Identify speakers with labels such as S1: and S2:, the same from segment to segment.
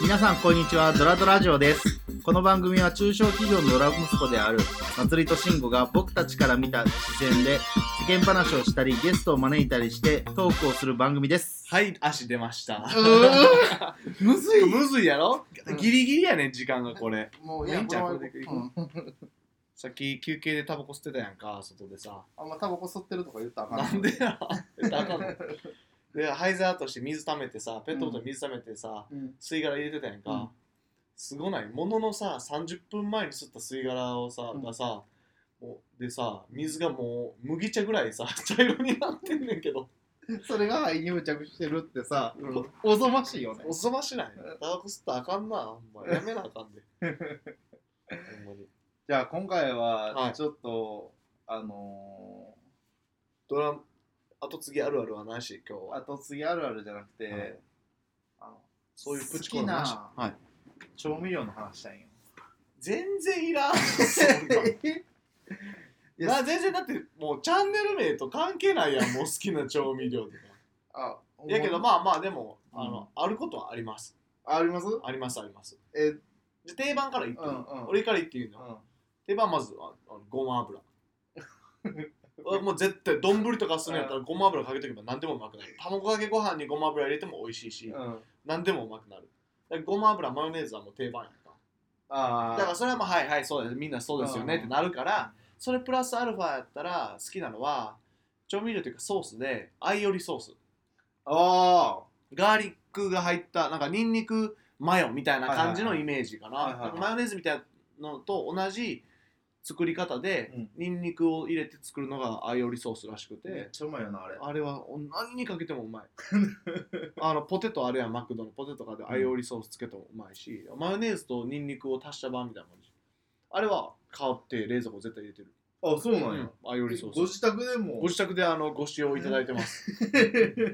S1: 皆さんこんにちはドラドラジオですこの番組は中小企業のドラ息子であるまつりとしんごが僕たちから見た視線で世間話をしたりゲストを招いたりしてトークをする番組です
S2: はい、足出ました。
S3: むず い
S2: むずいやろ
S3: うん
S2: ギリギリやねん、時間がこれ。
S3: もう
S2: いいんちゃう
S3: この
S2: これでいく
S3: うん
S2: さっき休憩でタバコ吸ってたやんか、外でさ。
S3: あんまタバコ吸ってるとか言ったらあか
S2: な
S3: ん
S2: んでや あかんので、ハイザーとして水溜めてさ、ペットボトル水溜めてさ、
S3: うん
S2: 吸い殻入れてたやんか。
S3: うん
S2: すごない。もののさ、30分前に吸った吸い殻をさ、
S3: うん
S2: がさ、もうでさ、水がもう麦茶ぐらいさ、 茶色になってんねんけど、
S3: それが肺に付着してるってさ、
S2: うん
S3: おぞましいよね
S2: おぞましない。タバコ吸ったらあかんな、ほんま。やめなあか んで。ほんまに。
S3: じゃあ今回
S2: は
S3: はいちょっと、あの
S2: ドラム、後継ぎあるあるはなし、今日
S3: ー、
S2: は。
S3: 後継ぎあるあるじゃなくて、
S2: はい
S3: あの
S2: そういうプチコラなし
S3: 好き。
S2: はい。
S3: 調味料の話したいんよ
S2: 全 然いらん。
S3: いや
S2: まあ全然だってもうチャンネル名と関係ないやん、もう好きな調味料とか。
S3: あ
S2: やけどまあまあでも、
S3: うん
S2: あの、あることはあります。
S3: ああります
S2: ありますあります。
S3: え
S2: で、定番から言っていい、
S3: うんうん
S2: 俺から言っていいの、
S3: うん
S2: 定番まずはあのごま 油。俺もう絶対丼とかするんやったらごま油かけとけば何でもうまくなる。卵かけご飯にごま油入れても美味しいし、
S3: うん
S2: 何でもうまくなる。だからごま油、マヨネーズはもう定番やんか。
S3: あ
S2: だからそれはもうはいはいそうですみんなそうですよねってなるからそれプラスアルファやったら好きなのは調味料というかソースでアイオリソース
S3: あ
S2: ガーリックが入ったなんかニンニクマヨみたいな感じの
S3: はい
S2: イメージかな,、
S3: はいはいはい
S2: マヨネーズみたいなのと同じ作り方で
S3: うん
S2: ニンニクを入れて作るのがアイオリソースらしくて、
S3: めっちゃうまいよなあれ
S2: あれはお何にかけてもうまい あのポテトあれやんマクドのポテトとかでアイオリソースつけてもうまいし、マヨネーズとニンニクを足した版みたいな感じあれは買って冷蔵庫絶対入れてる、
S3: あそうなん
S2: うん
S3: や、
S2: アイオリソース
S3: ご自 宅でも
S2: ご自宅であのご使用いただいてます、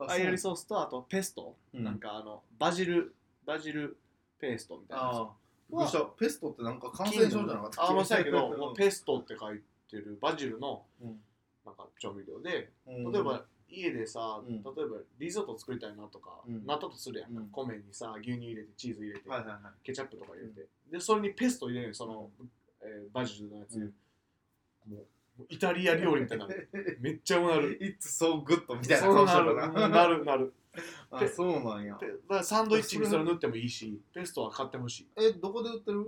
S3: あ
S2: アイオリソ
S3: そ
S2: ースとあとペスト、
S3: うな
S2: なん
S3: ん
S2: かあのバジルバジルペーストみたいなやつ
S3: あーびっくりしたペストってなんか感染症じゃなかった
S2: あまあそうやけ どもう
S3: う
S2: ペストって書いてるバジルの
S3: ん
S2: なんか調味料で
S3: うん
S2: 例えば家でさ、
S3: うん
S2: 例えばリゾット作りたいなとか、
S3: うん
S2: なったとするやんか、
S3: うん
S2: 米にさ牛乳入れてチーズ入れて、
S3: はいはいはい
S2: ケチャップとか入れて、でそれにペスト入れるその、えーバジルのやつ、
S3: うん
S2: もうもうイタリア料理み たいになるめっちゃうまなる
S3: It's so good みたいな
S2: そう
S3: 感じ
S2: な
S3: だ
S2: る
S3: な
S2: うんなるな る
S3: あそうなんや
S2: でだからサンドイッチにそれ塗ってもいいしペストは買ってほしい
S3: えどこで売ってる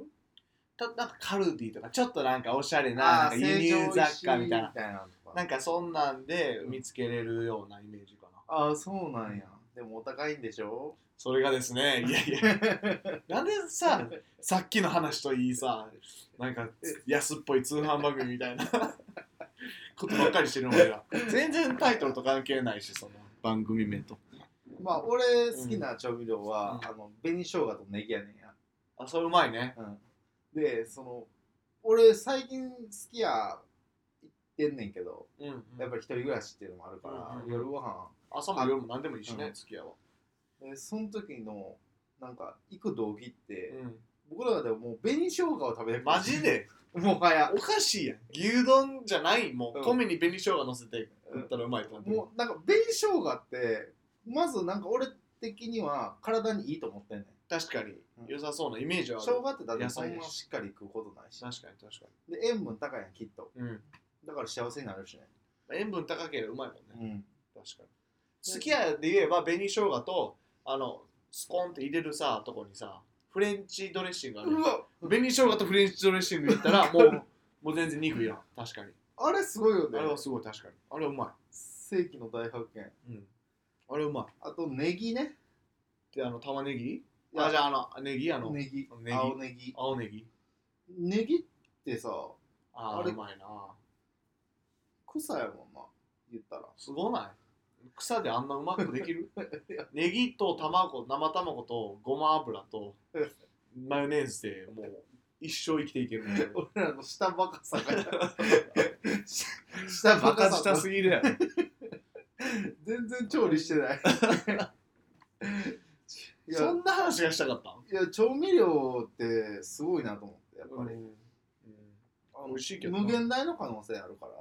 S2: たなんかカルディとかちょっとなんかおしゃれななんか輸入雑貨みたいななんかそんなんで見つけれるようなイメージかな
S3: ああそうなんやでもお高いんでしょ
S2: それがですねいやいや なんでさ、さっきの話といいさ、なんか安っぽい通販番組みたい なことばっかりしてる俺ら。全然タイトルと関係ないし、その番組名と。
S3: まあ俺好きな調味料は、
S2: うん
S3: あの紅生姜とネギやねんや、
S2: あ、それうまいね。
S3: うん、でその俺最近好きや行ってんねんけど
S2: うん、
S3: やっぱり一人暮らしっていうのもあるから、
S2: うんうんうん
S3: 夜ご飯
S2: 朝も夜も何でもいいしね、
S3: うん
S2: 付き合いは。
S3: でその時のなんか行く動機って、
S2: う
S3: 僕らでももう紅生姜を食べて
S2: ん。マジで
S3: もはや
S2: おかしいやん。牛丼じゃない、もう、
S3: うん
S2: 米に紅生姜乗せて食ったらうまいと思ってる
S3: もうなんか紅生姜ってまずなんか俺的には体にいいと思ってんねん
S2: 確かに
S3: うん
S2: 良さそうなイメージはあ
S3: 生
S2: る。
S3: 姜ってだって
S2: 野
S3: そ
S2: 菜
S3: ん
S2: やし
S3: なしっかり食うことないし
S2: 確かに確か
S3: で塩分高いやんきっと
S2: に。うん。
S3: だから幸せになるしね
S2: 塩分高ければうまいもんね。
S3: うん
S2: 確かに。好き家で言えば紅生姜とあのスコーンって入れるさとこにさフレンチドレッシングある。
S3: わ
S2: 紅生姜とフレンチドレッシング入れたらも うもう全然肉いらん。確かに。
S3: あれすごいよね
S2: あれはすごい確かに。あれはうま
S3: 世紀の大発見
S2: い。うん。あれはうまい。
S3: あとネギね
S2: であの玉ねぎ
S3: いや
S2: あじゃああのネギあの
S3: ネギ
S2: ネギ
S3: 青ネギ
S2: 青ネギ。
S3: ネギってさ
S2: あ
S3: あ
S2: あ
S3: れ
S2: うまいな。
S3: 草やもんな言ったら
S2: すごない草であんなうまくでき るネギと卵生卵とごま油とマヨネーズでもう一生生きていけるみたいな。
S3: 俺らの下バ カさがし下バカさ
S2: ぎるやろ。
S3: 全然調理し てないいや
S2: そんな話がしたかった
S3: いや調味料ってすごいなと思ってやっぱり、
S2: 美味しいけどな
S3: 無限大の可能性あるから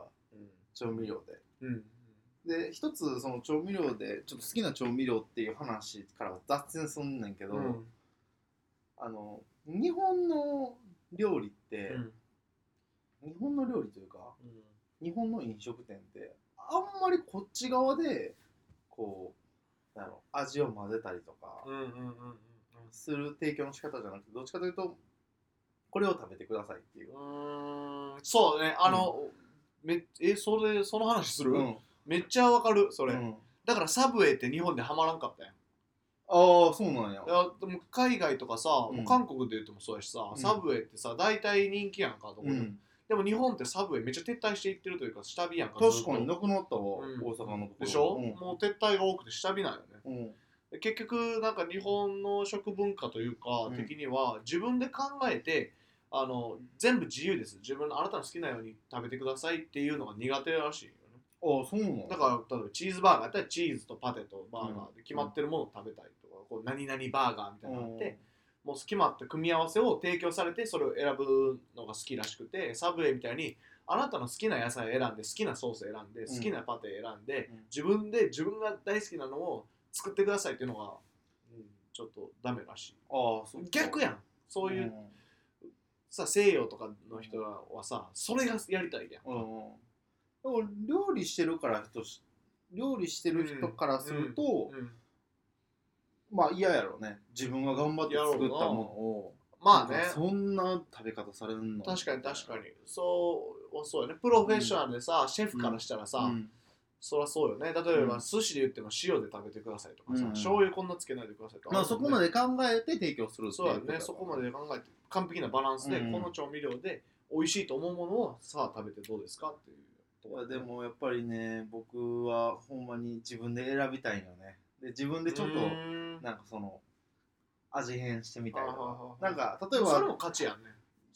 S3: 調味料で
S2: うん。
S3: で一つその調味料でちょっと好きな調味料っていう話からは脱線すんねんけど、
S2: うん
S3: あの日本の料理って、
S2: うん
S3: 日本の料理というか日本の飲食店ってあんまりこっち側でこうなんやろ味を混ぜたりとか
S2: うんうんうんうん
S3: する提供の仕方じゃなくてどっちかというとこれを食べてくださいってい
S2: う、
S3: う
S2: んうーんそうねあの、めえそれその話する、
S3: うん
S2: めっちゃわかるそれ、
S3: うん
S2: だからサブウェイって日本でハマらんかったやん
S3: ああそうなんや
S2: いやでも海外とかさ、
S3: うん
S2: もう韓国で言ってもそうやしさ、
S3: ん
S2: サブウェイってさ大体人気やんかと思う、
S3: うん、
S2: でも日本ってサブウェイめっちゃ撤退していってるというか下火やんか
S3: 確か
S2: ず
S3: に
S2: っと
S3: なくなったわ、
S2: うん
S3: 大阪のところ
S2: でしょ、
S3: うん
S2: もう撤退が多くて下火なんよね
S3: うん
S2: で結局なんか日本の食文化というか、
S3: うん
S2: 的には自分で考えてあの全部自由です自分のあなたの好きなように食べてくださいっていうのが苦手らしいよね
S3: ああそうなの
S2: だから例えばチーズバーガーやったらチーズとパテとバーガーで決まってるものを食べたいとか、こう何々バーガーみたいなのがあって、もう決まった組み合わせを提供されてそれを選ぶのが好きらしくてサブウェイみたいにあなたの好きな野菜選んで好きなソース選んで
S3: うん
S2: 好きなパテ選んで、
S3: うん
S2: 自分で自分が大好きなのを作ってくださいっていうのが、うん、ちょっとダメらし
S3: ああそ
S2: い逆
S3: や
S2: やんそういう、さ西洋とかの人らはさそれがやりたいやん
S3: うん、うん、でも料理してるから人し料理してる人からすると、
S2: うん
S3: まあ嫌やろね自分が頑張って作ったものを
S2: まあ
S3: なん
S2: ね
S3: かそんな食べ方されるの
S2: 確かに確かにそうそうやねプロフェッショナルでさ、シェフからしたらさ、
S3: うん
S2: そりゃそうよね例え
S3: う
S2: ば
S3: ん
S2: 寿司で言っても塩で食べてくださいとかさ、
S3: うん
S2: 醤油こんなつけないでくださいとか
S3: まあそこま
S2: で
S3: で考えて提供するってい
S2: そうや
S3: とだ
S2: ねそこまで考えて完璧なバランスで、
S3: うん
S2: この調味料で美味しいと思うものをさあ食べてどうですかっていうと
S3: い
S2: こ
S3: や
S2: ろ
S3: でもやっぱりね僕はほんまに自分で選びたいよねで自分でちょっ
S2: う
S3: と
S2: ーん
S3: なんかその味変してみたい
S2: はあはあは
S3: と
S2: あ
S3: かなんか例え
S2: それ
S3: ば
S2: も価値やんね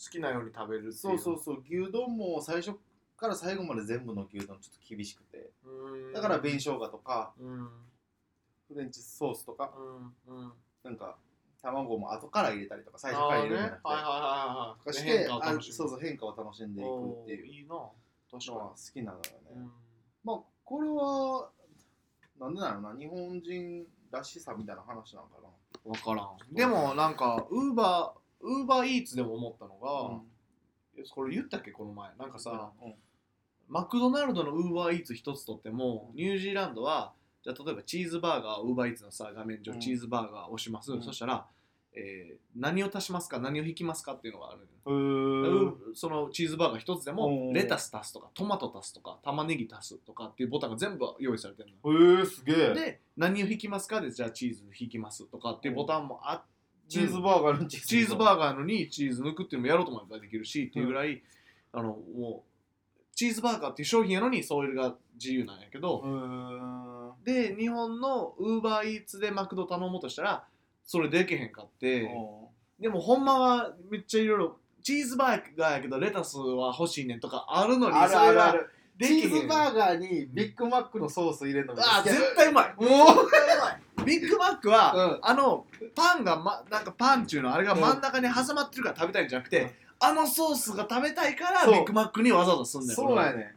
S2: 好きなように食べるっていう
S3: そうそうそう牛丼も最初から最後まで全部の牛丼ちょっと厳しくて
S2: うーん
S3: だから紅生姜とか
S2: うんうん
S3: フレンチソースとか
S2: うん
S3: なんか卵も後から入れたりとか最
S2: あ
S3: 初から
S2: あね
S3: 入れ
S2: はい
S3: る
S2: はい
S3: ん
S2: はいは
S3: と
S2: い
S3: かし
S2: で
S3: て
S2: 変化を
S3: あ
S2: 楽しむ
S3: そうそう変化を楽しんでいくっていう
S2: いいな確
S3: のは好
S2: か
S3: きなのよ
S2: に、
S3: ね。まあこれはなんでなのな日本人らしさみたいな話なんか
S2: 分からんでもなんかウーバーウーバーイーツでも思ったの
S3: な。
S2: が、これ言ったっけこの前なんかさ、
S3: うん
S2: マクドナルドのウーバーイーツ一つとっても
S3: うん
S2: ニュージーランドはじゃあ例えばチーズバーガーウーバーイーツのさ画面上
S3: うん
S2: チーズバーガー押します、
S3: うん
S2: そしたら、えー何を足しますか何を引きますかっていうのがあるのよ
S3: うーん
S2: うそのチーズバーガー一つで
S3: う
S2: も
S3: ん
S2: レタス足すとかトマト足すとか玉ねぎ足すとかっていうボタンが全部用意されてるのよ
S3: えー、すげえ
S2: で何を引きますかでじゃあチーズ引きますとかっていうボタンもあって
S3: チーズバーガーのチ
S2: チーズ
S3: ー
S2: バーガーのにチーズ抜くっていうのもやろうと思えばできるしっていうぐらい、あのもうチーズバーガーっていう商品やのにそれが自由なんやけど、
S3: うーん
S2: で日本のウーバーイーツでマクド頼もうとしたらそれできへんかって、でもほんまはめっちゃいろいろチーズバーガーやけどレタスは欲しいねんとかあるのに
S3: あるあるあ
S2: それは
S3: る
S2: で
S3: チ
S2: きへん
S3: ーズバーガーにビッグマックのソース入れるのが
S2: あー絶対うまい
S3: もう
S2: ビッグマックは、
S3: うん
S2: あのパンが、ま、なんかパンっていうのあれが真ん中に挟まってるから食べたいんじゃなくて、
S3: うん
S2: あのソースが食べたいから
S3: そう
S2: ビッグマックにわざわざすんだよ
S3: そうやね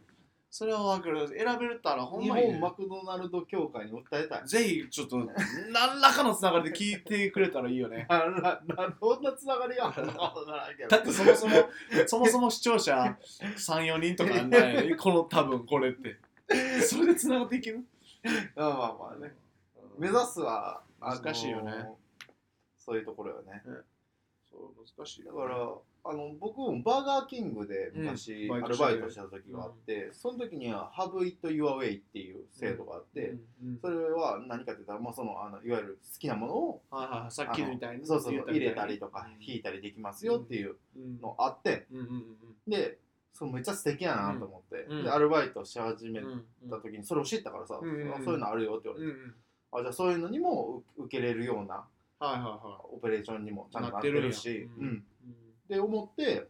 S2: それは分かる選べるたらほん
S3: 日
S2: まに、
S3: 本マクドナルド協会に訴えたい
S2: ぜひちょっと何らかのつながりで聞いてくれたらいいよ ね
S3: あらなどんなつながり があるのかわからんけど
S2: だってそもそも そもそも視聴者34人とかあん ないこの多分これってそれでつながっていける
S3: まあまあまあね目指すはあの
S2: 難しいよね
S3: そういうところよね
S2: そう難しい
S3: だからあの僕もバーガーキングで昔、
S2: うん
S3: ア
S2: バイト
S3: ル
S2: して
S3: バイトした時があって、その時には「Have it your way」っていう制度があって、
S2: うん
S3: それは何かって言ったら、まあ、そのあのいわゆる好きなものを
S2: はいはいはいさっきのみたい
S3: あ
S2: に
S3: のそうそう
S2: 言
S3: そ
S2: っ
S3: う
S2: み
S3: 入
S2: に
S3: れたりとか
S2: うん
S3: 引いたりできますよっていう
S2: うん
S3: のあって
S2: うんうん
S3: でそのめっちゃ素敵やなと思って、
S2: うんうん
S3: でアルバイトし始
S2: う
S3: め
S2: んうん
S3: た時にそれを知ったからさ、
S2: うんうんうん
S3: あそういうのあるよって言われ
S2: う
S3: て、
S2: んうん
S3: あじゃあそういうのにもう受けれるような
S2: はいはいは
S3: オペレーションにもちゃんとなってる
S2: なって
S3: し
S2: るんや
S3: うん
S2: う
S3: っ
S2: ん
S3: て思って、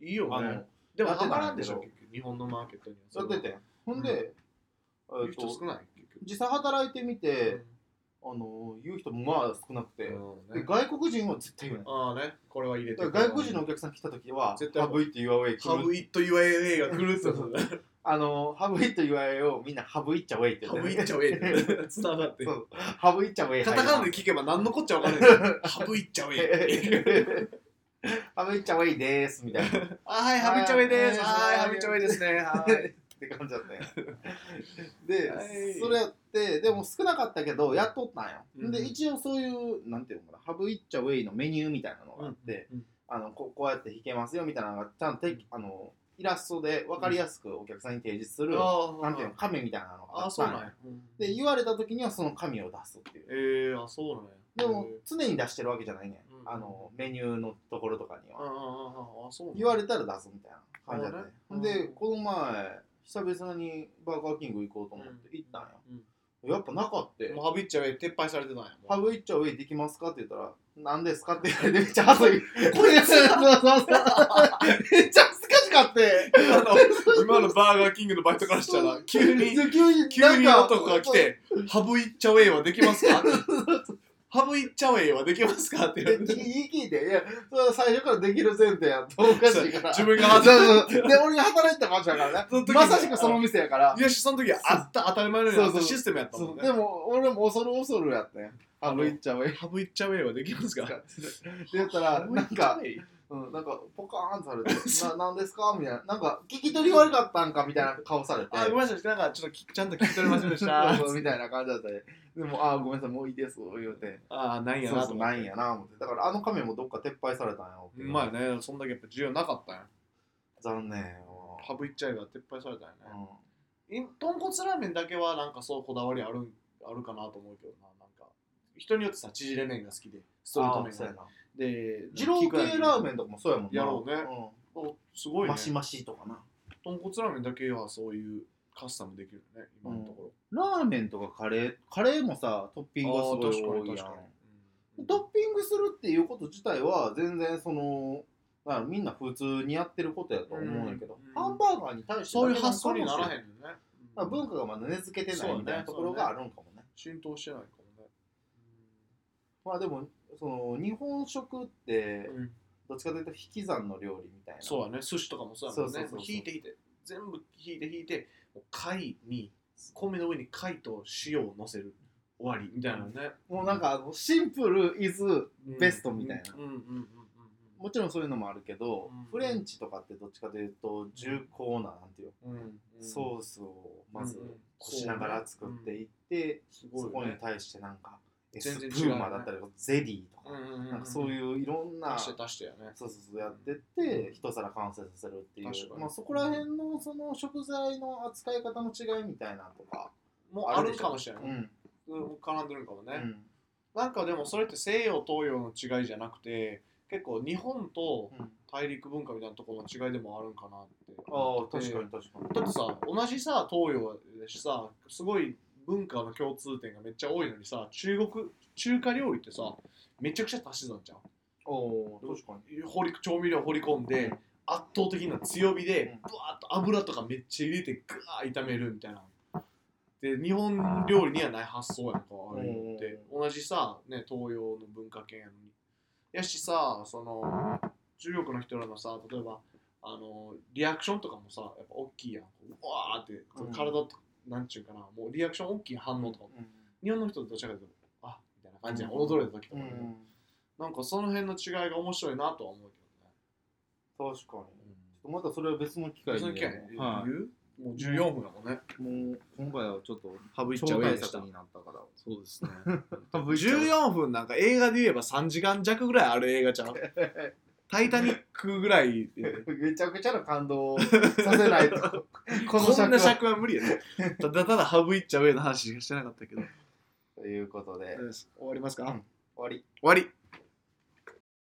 S2: い。いいよ
S3: あ
S2: ね
S3: の。
S2: でも
S3: やって
S2: ハ
S3: たんやけど
S2: マらんでしょ、結局日本のマーケットに
S3: や
S2: は。
S3: っててほんで、
S2: そう
S3: え
S2: い
S3: っ
S2: う人少
S3: と
S2: ない、結局。
S3: 実際働いてみて、あの言う人もまあ少なくて、
S2: うん
S3: で外国人は絶対言わな
S2: あ
S3: い
S2: あね、これは入れて
S3: だから外国人のお客さん来た時は「
S2: 絶対
S3: ハブイって言わウェイ来
S2: ハ
S3: る
S2: ブイット UAA が来るってことだ。
S3: あの、ハブイと言わえをみんなハブイっちゃウェイって
S2: ハ
S3: 言って
S2: ブ
S3: ね
S2: イッチャウェイって伝わ って
S3: そうハブイっちゃウェイ。
S2: カタカナで聞けば何のこっちゃわかんない けどハブイッチャウェイ
S3: ハブイっちゃウェイでーすみたいな。っ
S2: あはいハブイッチャウェイです
S3: は
S2: はいいハブイッチャウェイですねはい
S3: て感じだ ったよ。で、
S2: はい
S3: それやって、でも少なかったけど、やっとったんよ。
S2: うん
S3: で、一応そういう、なんていうのかな、ハブイっちゃウェイのメニューみたいなのがあって、
S2: うんうん
S3: あのここうやって弾けますよみたいなのが、ちゃんとてあのイラストで分かりやすくお客さんに提示する、な
S2: あ
S3: んていうの、紙みたいなのが
S2: あ
S3: あ
S2: あ
S3: っ
S2: そう
S3: たん
S2: なん
S3: よ
S2: や
S3: で言われた時にはその紙を出すってい
S2: え
S3: う
S2: えあそうなんや
S3: でも
S2: うん
S3: 常に出してるわけじゃないね、
S2: うん
S3: あのメニューのところとかに
S2: ああ
S3: は、
S2: ああそうなんや
S3: 言われたら出すみたいな感じだったね、
S2: うん
S3: でこの前久々にバーガーキング行こうと思って行ったんよ、やっぱなかった
S2: もうハブイッチャウェイ撤廃されてたんやもう
S3: ハブイッチャウェイできますかって言ったら、何ですかって言われてめっちゃ恥ずかしい。これ、 そうそうそう。めっちゃ恥ずかしかって。
S2: 今の今のバーガーキングのバイトからしたら急に
S3: 急に、
S2: 急に
S3: なんか
S2: 男が来。て「ハブイッチャウェイはできますか?」ハブイッチャウェイはできますか?」って言
S3: で
S2: われて
S3: 言い聞いて、いや、それは最初からできる前提やん。おかしいから。
S2: 自分が
S3: そ
S2: 働
S3: うそうで、俺が働いてた場所やから
S2: その
S3: ね。
S2: 時に
S3: まさしくその店やから。
S2: いやその時はあった当たり前のようにあったシステムやった
S3: そ
S2: もん
S3: うで
S2: ね
S3: も、俺も恐る恐るやったね。ハブイッチャウェイで
S2: ハブイッチャウェイはできますか
S3: 言ったら、なん
S2: ハブ
S3: か、
S2: イッチャウェイ
S3: うん、なんか、ポカーンとさ れて、な、なんですかみたいな。なんか、聞き取り悪かったんかみたいな顔されて。
S2: あごめんなさいなんかちょっときちゃんと聞き取れませんでし
S3: そうそう
S2: た
S3: みたいな感じだったね。でも、あーごめんなさい、もういいです、言うて。
S2: ああないんや
S3: そう
S2: な
S3: そう、ないんやな、思って。だから、あの紙もどっか撤廃されたんやろうけど。
S2: まあねそんだけやっぱ需要なかったんや
S3: 残念よ。
S2: ハブイッチャウェイは撤廃されたんやねい豚骨ラーメンだけはなんかそうこだわりあるんあるかなと思うけどななんか人によってさ縮れ麺が好きでストレート
S3: ああ、
S2: 麺
S3: そうや
S2: が
S3: な。
S2: で
S3: 二郎系ラーメ
S2: ン
S3: ンとかもそうやもんな。
S2: やろうね
S3: う
S2: すごい
S3: ん
S2: ね
S3: マシマシとかな。
S2: 豚骨ラーメンだけはそういうカスタムできるよね今のとこ
S3: ラーメンとかカレー、カレーもさ、トッピン
S2: ろ、
S3: グがすごい
S2: ああ
S3: 多いや
S2: 確かに
S3: ん。
S2: うん
S3: トッピングするっていうこと自体は、全然その、だからみんな普通にやってることやと思うんやけど
S2: うん、
S3: ハンバーガーに対して
S2: そういう発想にならへんの
S3: ん。
S2: ね、
S3: だから文化がまだ根付けてないみたいなところがあるんかもね。
S2: 浸透してないかもね
S3: まあでもその日本食って
S2: うん
S3: どっちかというと引き算の料理みたいな
S2: そうやね寿司とかもそうやもん
S3: そうそう
S2: ね
S3: そうそう
S2: 引いて引いて全部引いて引いてもう貝に米の上に貝と塩を乗せる終わりみたいなね、
S3: もうなんかあのシンプルイズ
S2: うん
S3: ベストみたいな
S2: うんうんうんうんうん
S3: もちろんそういうのもあるけど、
S2: うん
S3: フレンチとかってどっちかというと重厚ななんていう、
S2: うんうんうん
S3: ソースをまず
S2: うんうん
S3: こしながら作っていって、
S2: すごい
S3: そ
S2: よ
S3: こに
S2: ね
S3: 対してなんかエス
S2: 全
S3: プ
S2: 然違う
S3: ーマだったりとかゼリーと
S2: う
S3: か、
S2: んうんうん
S3: なんかそういういろんな、
S2: 足し
S3: そう
S2: て足してやね
S3: そうそうやってって、一皿完成させるってい
S2: 確か
S3: う、
S2: に
S3: まあ、そこら辺のその食材の扱い方の違いみたいなとか、
S2: もうあるかもしれない、
S3: うん
S2: うん絡んでるんかもね、
S3: うん
S2: なんかでもそれって西洋東洋の違いじゃなくて結構日本と
S3: うん
S2: 大陸文化みたいなところの違いでもあるんかなって
S3: あ
S2: 思
S3: あ、
S2: ってて
S3: 確かに確かに。
S2: だってさ同じさ東洋でしさすごい文化の共通点がめっちゃ多いのにさ中国中華料理ってさめちゃくちゃ足し算じゃん
S3: おお、確かに。
S2: 放り調味料放り込んで圧倒的な強火でぶわっと油とかめっちゃ入れてぐわー炒めるみたいなで日本料理にはない発想やんかあれって同じさ、ね、東洋の文化圏やのにやしさその中国の人らのさ例えばあのリアクションとかもさやっぱ大きいやんうわーって
S3: うん
S2: 体と、なんちゅうかなもうリアクション大きい反応とか日本の人とどちらかというとあみたいな感じやん驚いた時と
S3: う
S2: か
S3: ん、
S2: ね、なんかその辺の違いが面白いなとは思うけどね
S3: 確かに。またそれは別の機会
S2: その
S3: に
S2: 件、
S1: はい
S2: 言うもう14分だもんね。
S1: もう今回はちょっとハブイッチャウ
S3: 超
S1: ェイ
S3: 対
S1: でした
S3: 策になったから。
S1: そうですね
S2: 14分なんか映画で言えば3時間弱ぐらいある映画ちゃうタイタニックぐらいで。
S3: めちゃくちゃな感動をさせな いと。この
S2: こん
S3: 尺
S2: な
S3: は。
S2: 尺は無理やね。ただただハブイッチャウェイの話しかしてなかったけど。
S3: ということで、終
S2: 終わりますか、
S3: うん
S2: 終
S3: わり。
S2: わり。